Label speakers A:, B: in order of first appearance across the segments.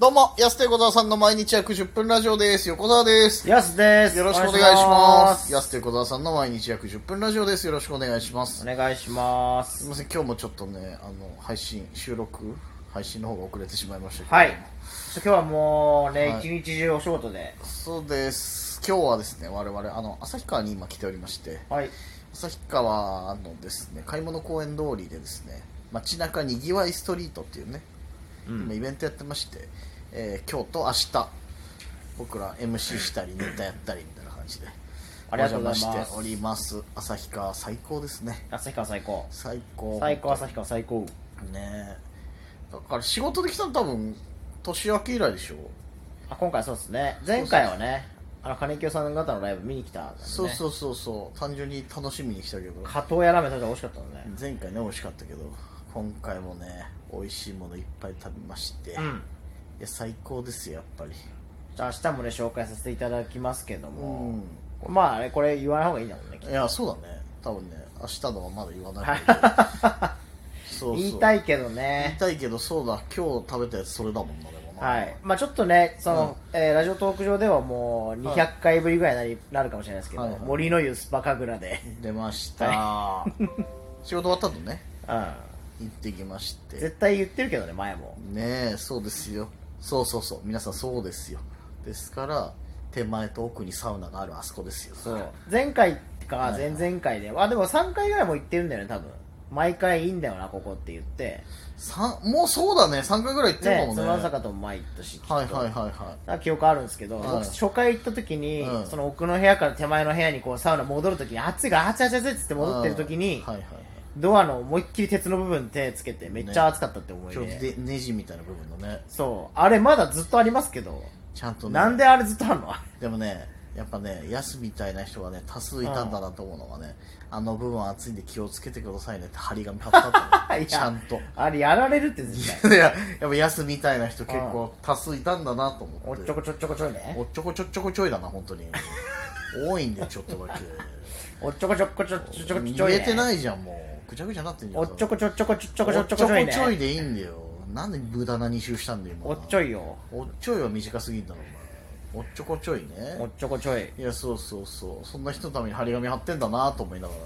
A: どうも、安手小沢さんの毎日約10分ラジオです。横澤です。
B: やすです。
A: よろしくお願いします。
B: お
A: 安手小沢さんの毎日約10分ラジオです。よろしくお願いします。
B: 願いしますす。
A: みません、今日もちょっとね、あの、配信、収録、配信の方が遅れてしまいましたけど。
B: はい。ちょっと今日はもうね、
A: はい
B: 一日中お仕事で。
A: そうです。今日はですね、我々、あの、旭川に今来ておりまして、
B: はい。
A: 旭川のですね、買い物公園通りでですね、街中にぎわいストリートっていうね、今イベントやってまして、えー今日と明日、僕ら MC したり、ネタやったりみたいな感じで、
B: ありがとうございます
A: お邪魔しております。旭川最高ですね。
B: 旭川最高。
A: 最高。
B: 最高、旭川最高。
A: ねえだから仕事で来たの多分、年明け以来でしょ
B: あ、今回そうですね。前回はね、あの、金清さん方のライブ見に来たからね。
A: そうそうそうそう、単純に楽しみに来たけど、
B: 加藤屋ラーメン食べて美味しかったのね。
A: 前回ね、美味しかったけど、今回もね、美味しいものいっぱい食べまして、
B: う
A: い
B: ん。
A: や、最高ですよ、やっぱり。
B: じゃあ明日もね、紹介させていただきますけど
A: う
B: も
A: ん。
B: まあね、これ言わない方がいいんだもんね。
A: いや、そうだね。多分ね、明日のはまだ言わ ないけど。そうそう
B: 言いた
A: い。
B: いけど
A: 言い
B: ね。
A: たいけど、そうだ、今日食べたやつそれだもんな、でもな。
B: はい。まあちょっとね、その、えーラジオトーク上ではもう200回ぶりぐらいなり、なるかもしれないですけど、
A: はいはい
B: 森の湯スパ神楽で、
A: 出ました。仕事終わったとね、
B: う
A: 行ってきまし
B: ん。
A: て。
B: 絶対言ってるけどね、前も。
A: ねえ、そうですよ。そうそうそう。皆さんそうですよ。ですから、手前と奥にサウナがあるあそこですよ。
B: そう。前回か
A: は、い
B: 前々回で、あ、でも3回ぐらいも言ってるんだよね、多分。毎回いいんだよな、ここって言って。
A: さんもうそうだね、3回ぐらい行ってるか
B: ね、
A: もね。は
B: つま
A: い
B: さかとも前行ったし、きっと
A: はいはいは
B: なんか記憶あるんですけど、
A: はい
B: 僕初回行った時に、
A: うん
B: その奥の部屋から手前の部屋にこうサウナ戻る時に、熱いから熱い熱い熱いっつって
A: い。
B: 戻ってる時に、
A: うんはいはいはい。
B: ドアの思いっきり鉄の部分手つけて、めっちゃ熱かったって思い
A: ちょ
B: 出、
A: うどでネジみたいな部分のね、
B: そう。あれまだずっとありますけど、
A: ちゃんとね。
B: なんであれずっとあるの
A: でもね、やっぱね、ヤスみたいな人がね、多数いたんだなと思うのがね、あの部分は熱いんで気をつけてくださいねって張り紙貼ったったの
B: いや
A: ちゃんと。
B: あれやられるって絶対。
A: いや、やっぱヤスみたいな人結構多数いたんだなと
B: お
A: 思っ。
B: ってちょこちょっちょこちょいね。
A: おっちょこちょっちょこちょいだな、本当 に。多いんで、ちょっとだけ。
B: おっちょこちょこちょちょちょこちょ
A: 言
B: い
A: え
B: ね。
A: てないじゃん、もう。ぐちゃぐちゃになってんじゃん。
B: おっちょこちょちょこちょちょこち
A: お
B: ょ
A: っ
B: ちょこちょい
A: ちょい
B: ね。
A: でいいんだよ。なんで無駄な2周したんだよ、今。
B: おっちょいよ。
A: おっちょいは短すぎんだろ、お前。おっちょこちょいね。
B: おっちょこちょい。
A: いやそうそうそうそんな人のために張り紙貼ってんだなと思いながら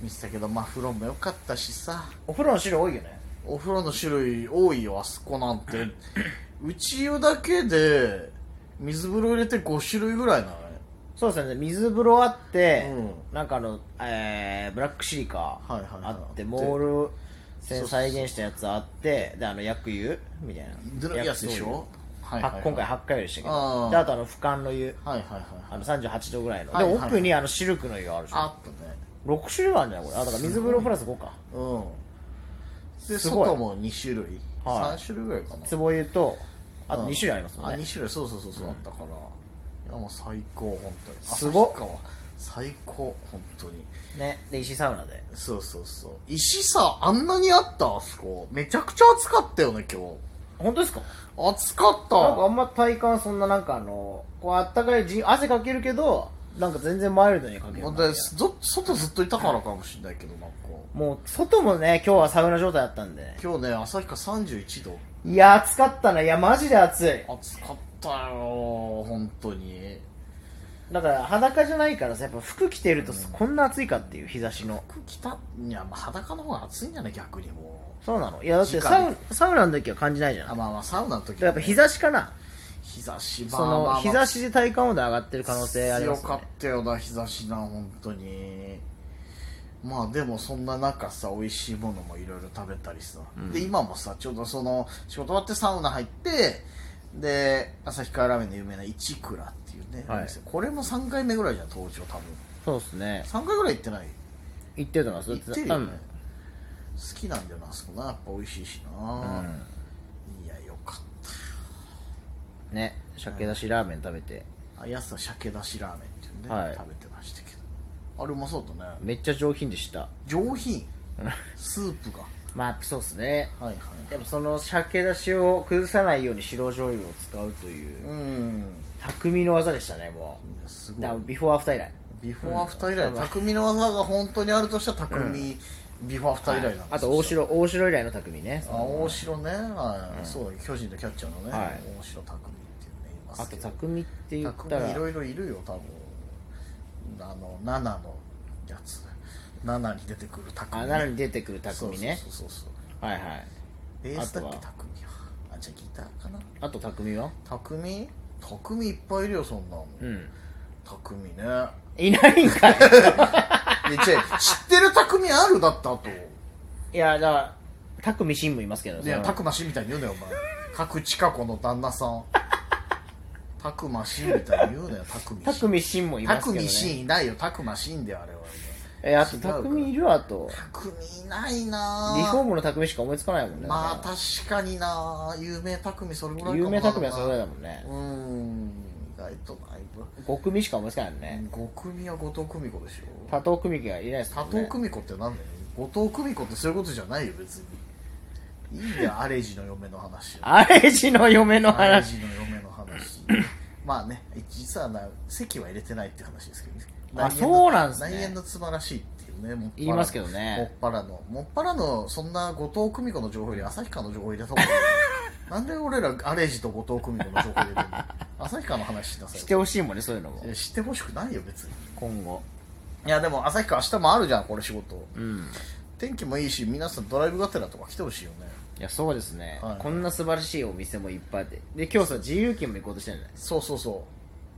A: 見てたけど、まあ風呂も良かったしさ
B: お風呂の汁多いよね。
A: お風呂の種類多いよあそこなん てうち湯だけで水風呂入れて5種類ぐらいなのね
B: そうですね。水風呂あって、
A: う
B: なんかあの、えー、ブラックシリカ
A: はいはいはい
B: あって、モール線再現したやつあって、で、あの、薬湯みたい
A: ぬ
B: な。
A: るいやつでしょは
B: 薬湯は今回
A: はい
B: 8回でしたけ
A: あー
B: ど。で、あとあの、俯瞰の湯。
A: はいはい
B: あの38度ぐらいの、
A: はいはい
B: で奥にあのシルクの湯があるでしょ
A: あったね
B: 6種類はあるんじゃないこれあだから水風呂プラス5か
A: うんです
B: ごい
A: 外も2種類、
B: はい
A: 3種類ぐらいかな
B: 壺湯とあと
A: うん
B: 2種類ありますもん
A: あ
B: ね、
A: 2種類そうそうそうそうあったから、いやもう最高本当に
B: すごっ
A: 旭川最高本当に
B: ねで石井サウナで
A: そうそうそう石さあんなにあったあそこめちゃくちゃ暑かったよね今
B: 本当ですか
A: 日暑かった
B: なんかあんま体感そんななんかあのこうあったかいじ汗かけるけどなんか全然マイルドにかける
A: ま
B: な
A: あでず外ずっといたからかもしれないけどなんか
B: もう外もね今日はサウナ状態だったんでね
A: 今日ね旭川31度
B: いや暑かったないやマジで暑い
A: 暑かったよ本当に
B: だから裸じゃないからさやっぱ服着てるとこんな暑いかっていう日差しの
A: 服着たいやまあ裸の方が暑いんじゃない逆にも
B: そうなのいやだってサウサウナの時は感じないじゃ
A: う
B: な
A: あ
B: い
A: まあまあサウナの時、ね、
B: やっぱ日差しかな
A: 日差し
B: その日差しで体感温度上がってる可能性あります
A: 強か
B: ね
A: ったよな日差しな本当にまあでもそんな中さ美味しいものもいろいろ食べたりさ、で今もさちょうどその仕事終わってサウナ入ってで旭川ラーメンの有名な一倉っていうね、
B: はい
A: お店これも3回目ぐらいじゃん登場多分
B: そうですね
A: 3回ぐらい行ってない
B: 行ってると思います
A: 行ってるよね、
B: うん
A: 好きなんだよなあそこなやっぱ美味しいしな、いやよかっ
B: ね鮭だしラーメン食べて
A: たあやつは鮭だしラーメンっていうね、
B: はい
A: 食べてましたけどあれうまそうだね
B: めっちゃ上品でした
A: 上 品スープが
B: まあそうですね
A: はいはい
B: でもその鮭だしを崩さないように白醤油を使うという
A: うん
B: 匠の技でしたねも
A: す
B: う
A: ごい
B: だからビフォーアフター以来
A: ビフォーアフター以来、匠の技が本当にあるとしたら匠ビフォーアフター以来なんです
B: あと大城大城以来の匠ね
A: あ大城ね、はいそうだ巨人とキャッチャーのね、
B: はい
A: 大城匠っていうねいま
B: あ
A: す
B: と
A: けど
B: 匠って言った
A: 匠い
B: ら
A: ろいろいるよ多分あの7のやつ7に出てくる匠
B: あ奈良に出てくる匠ね
A: そうそうそうそう
B: はいはい
A: ベースだっけ
B: あとは
A: 匠はあじゃあギターかな
B: あと匠は
A: 匠匠いっぱいいるよそんなの、
B: うん
A: 匠ねいや
B: いないんかい
A: 違う知ってる匠あるだった と
B: いやだから匠真もいますけど
A: いや
B: その
A: たくましみたいに言うなよお前角千佳子の旦那さん たくましみたいに言うなよたくみし
B: 匠真もい
A: た
B: ます
A: く
B: けど
A: み
B: ね
A: しいないよたくましんであれは
B: えあと
A: 違うから
B: 匠いるわあと
A: たくみいないな
B: リフォームの匠しか思いつかないもんね
A: まあ確かにな有名たくみそれぐらいかもな
B: 有名匠はそれぐらいだもんね
A: うーん意外とないわ
B: 5組しか思いつかないもんね
A: 五組は後藤久美子でしょ
B: 多頭組がいないです
A: 多
B: もん
A: 藤
B: ね
A: 久美子ってなんだよ後藤久美子ってそういうことじゃないよ別にい いよアレジの嫁の話は
B: アレジの嫁の
A: アレ
B: 話
A: ジの嫁の話まあね実はな席は入れてないって話ですけどね
B: あ
A: 内縁の
B: そうなんすね
A: 内縁のつまらしいっていうねもっぱら
B: 言いますけどね
A: もっぱらのもっぱらのそんな後藤久美子の情報より旭川の情報入れた方 がいいなんで俺らアレジと後藤久美子の情報入れてんの旭川の話しな さい
B: してほしいもんねそういうのも
A: いや知ってほしくないよ別に
B: 今後
A: いやでも旭川明日もあるじゃんこれ仕事
B: うん
A: 天気もいいし皆さんドライブがてらとか来てほしいよね
B: いやそうですね、
A: はい
B: こんな素晴らしいお店もいっぱいあってで今日さ自由券も行こうとしてるじゃない
A: そうそうそ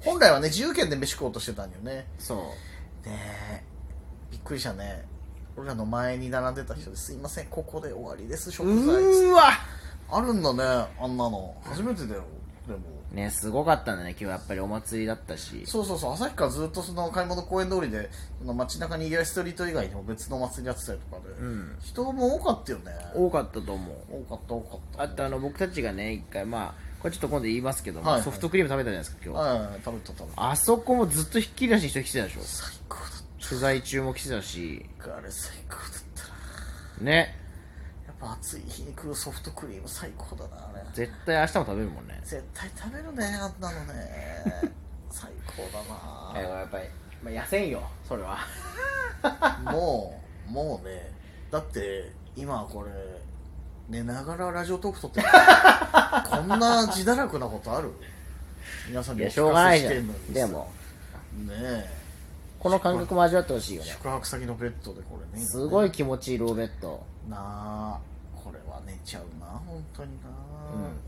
A: う本来はね自由券で飯食おうとしてたんだよね
B: そう
A: ねえびっくりしたね俺らの前に並んでた人ですいませんここで終わりです食材つって
B: うーわ
A: あるんだねあんなの初めてだよでも
B: ねすごかったんだね今日やっぱりお祭りだったし
A: そうそうそう旭川ずっとその買い物公園通りでその街中にぎわいストリート以外にも別のお祭りやってたりとかで、
B: ん
A: 人も多かったよね
B: 多かったと思う
A: 多かった多かった
B: あとあの僕たちがね一回まあこれちょっと今度言いますけども、
A: はいはい
B: ソフトクリーム食べたじゃないですか今日、
A: はいはいはい食べた食べた
B: あそこもずっとひっきりなしに人来てたでしょ
A: 最高だ
B: 取材中も来てたし
A: ったあれ最高だったな
B: ね
A: やっぱ暑い日に食うソフトクリーム最高だなあれ
B: 絶対明日も食べるもんね
A: 絶対食べるねあんなのね 最高だ
B: やっぱり、まあ、痩せんよそれは
A: なもうもうねだって今これ寝ながらラジオトーク撮ってるこんな自堕落なことある皆さん
B: い
A: にお
B: や
A: 聞
B: しょうがな
A: かせ
B: いじ
A: し
B: ゃ
A: てんのに
B: ん
A: さ
B: でも
A: ねえ
B: この感覚も味わってほしいよね
A: 宿泊先のベッドでこれね
B: すご
A: い
B: い気持ちいいローベッド、
A: なあこれは寝ちゃうな本当にな、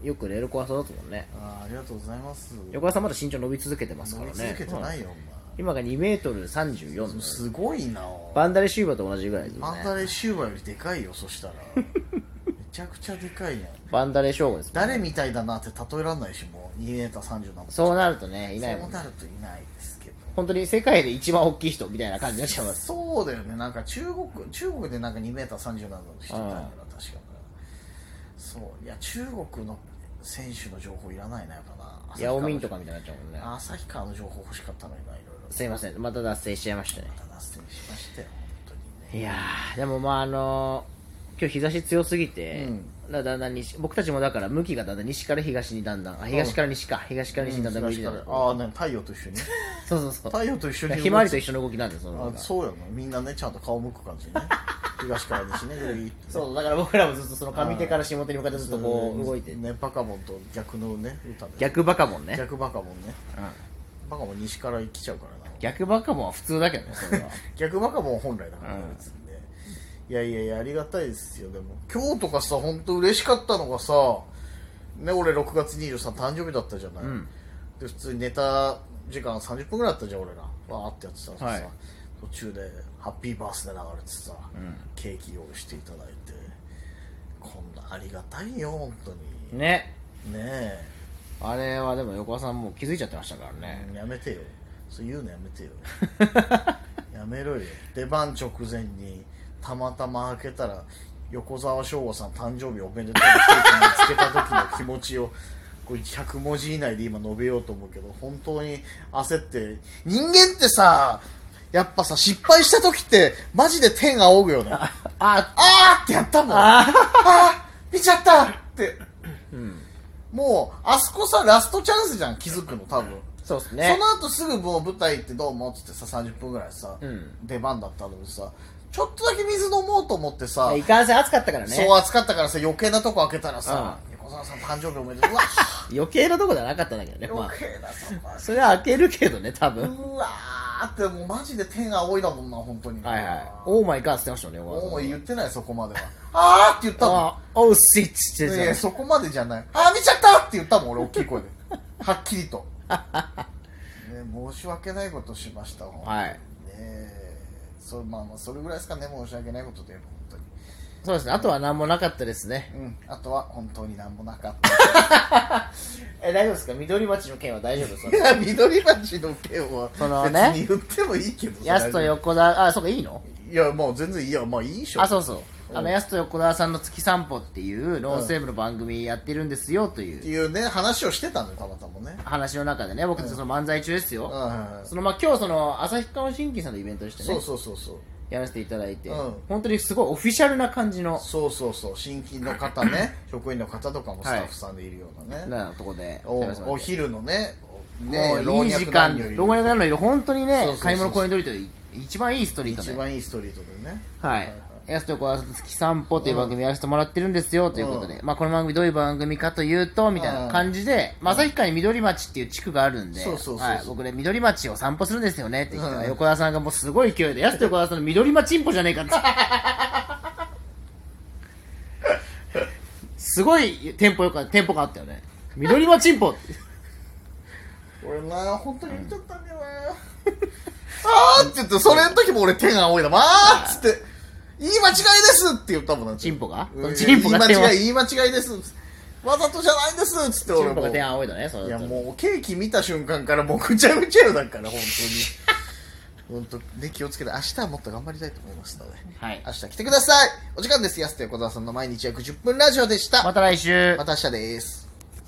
B: うん、よくレールコア育つもんね
A: あーありがとうございます
B: 横田さんまだ身長伸び続けてますからね
A: 乗り続けてないよ、
B: うん今が2メートル3 4
A: お前
B: の
A: すごいな
B: バンダレシューバーと同じぐらいですよ
A: マン
B: ね
A: ダレシューバーよりでかいよそしたらめちゃくちゃでかいやん
B: バンダレショーゴですもん
A: 誰みたいだなって例えられないしもう 2m30 なの
B: そうなるとねいない
A: そ
B: も
A: うんなるといないですけど
B: 本当に世界で一番大きい人みたいな感じになっちゃいます
A: そうだよねなんか中国中国でなんか 2m30 なの人いたから
B: うん
A: 確かなそういや中国の選手の情報いらないなやっぱな
B: ヤオミンと
A: か
B: かみたいになっちゃうもんね
A: 旭川の情報欲しかったのにないろいろ
B: すいませんまた脱線しちゃいましたね
A: また脱線しましたよ本当
B: い
A: にね
B: やーでもまああのー今日日差し強すぎて、だだんだん西僕たちもだから向きがだんだん西から東にだんだんあ東から西か東から西にだんだん向いてた、
A: ああね太陽と一緒に
B: そうそうそう
A: 太陽と一緒に動く
B: ひまわりと一緒の動きなんですその
A: あそうやなみんなねちゃんと顔向く感じ ね東から西ねグリーって
B: そうだから僕らもずっとその上手から下手に向かってずっとこう動いて
A: ねバカボンと逆のね歌で
B: 逆バカモンね、
A: 逆バカボンね
B: うん、
A: バカボン西から来ちゃうからな
B: 逆バカモンは普通だけどねそれは
A: 逆バカボン本来だからね
B: うん
A: 別にねいやいやいやありがたいですよでも今日とかさ本当嬉しかったのがさね俺6月23誕生日だったじゃない、
B: ん
A: で普通に寝た時間30分ぐらいあったじゃん俺らわーってやってたらさ、
B: はい
A: 途中で「ハッピーバースデー」流れてさ、
B: ん
A: ケーキ用意していただいてこんなありがたいよ本当にね
B: ね
A: え
B: あれはでも横田さんもう気づいちゃってましたからね、
A: やめてよそう言うのやめて よやめろよ出番直前にたまたま開けたら横澤翔吾さん誕生日おめでとうって見つけた時の気持ちを これ100文字以内で今述べようと思うけど本当に焦って人間ってさやっぱさ失敗した時ってマジで天仰ぐよね あ
B: あ
A: ーってやったもんああー見ちゃったって
B: うん
A: もうあそこさラストチャンスじゃん気づくの多分
B: そうです
A: そ
B: ね
A: の後すぐもう舞台行ってどうもっつってさ30分ぐらいさ、
B: うん
A: 出番だったのにさちょっとだけ水飲もうと思ってさ、
B: いかんせん暑かったからね。
A: そう暑かったからさ余計なとこ開けたらさ、横澤さん誕生日おめでとう うわ
B: 余計なとこじゃなかったんだけどね。ま
A: 余計なとこ
B: あ、それは開けるけどね、多分。
A: うわーってもうマジで天青いだもんな本当に
B: はいはい。オーマイガーって言ってましたよね、
A: もう言
B: 言
A: ってないそこまではあーって言ったもん
B: あ、オースイッチって
A: い
B: 言
A: や
B: っ
A: い
B: て
A: や
B: た。
A: そこまでじゃないあー見ちゃったって言ったもん俺大きい声ではっきり と、ね、申し訳ないことしましたもん、
B: はい。
A: ねえそまあまあそれぐらいですかね申し訳ないことで本
B: そうですね。あとは何もなかったですね。
A: 当にうんあとは本当になんもなかった
B: え、大丈夫ですか緑町の件は大丈夫です
A: いや緑町の件は
B: そのね
A: 別に言ってもいいけど
B: ヤスと横田、あ、そうか、いいの
A: いやもう全然いいやまあいいでしょ
B: あ、そうそう。あ
A: うん
B: の、ヤスと横田さんの月散歩っていう、ノンセーブの番組やってるんですよ、と
A: って
B: いう
A: いうね話をしてたのよたまたまね
B: 話の中でね、僕たちその漫才中です
A: うん
B: よ。
A: はいはい
B: その、まあ、今日その、旭川新規さんのイベントでして
A: そ
B: ね
A: う、そうそうそう
B: やらせていただいて
A: うん、
B: 本当にすごいオフィシャルな感じの、
A: そうそうそう新規の方 ね職員の方とかもスタッフさんでいるようなね、
B: なとこで、
A: お
B: やらせても
A: お
B: らって
A: 昼のねね
B: もういい時間、老若
A: 男
B: 男女いる、本当に
A: そ
B: ね
A: うそうそう、そう
B: 買い物公園通りという一番いいストリート
A: 一
B: で、
A: 番いいストリートでね
B: はい。やすとこは月散歩という番組やらせてもらってるんですよということで、まあこの番組どういう番組かというと、みたいな感じで、まあ旭川に緑町っていう地区があるんで、
A: そうそうそうそう
B: はい僕ね、緑町を散歩するんですよねって言ったら、
A: うん
B: 横田さんがもうすごい勢いで、やすと横田さんの緑町んぽじゃね えかって。すごいテンポよか、テンポがあったよね。緑町んぽって。
A: 俺な本当に見ちゃったんだよな あーって言ってそれの時も俺手が青いなまあーっつって言い間違いですって言ったもんな
B: チンポが
A: うん
B: チンポが
A: 言い間違い
B: 手
A: 言い間違いですわざとじゃないんですっつって
B: チ
A: 俺
B: ンポ
A: も
B: が手
A: い
B: が青いだね、そ
A: や
B: れだと
A: もうケーキ見た瞬間からもうぐちゃぐちゃよだから本当 に本当ね気をつけて明日はもっと頑張りたいと思いますので
B: はい
A: 明。日来てくださいお時間です安田横澤さんの毎日約10分ラジオでした
B: また来週。
A: また明日です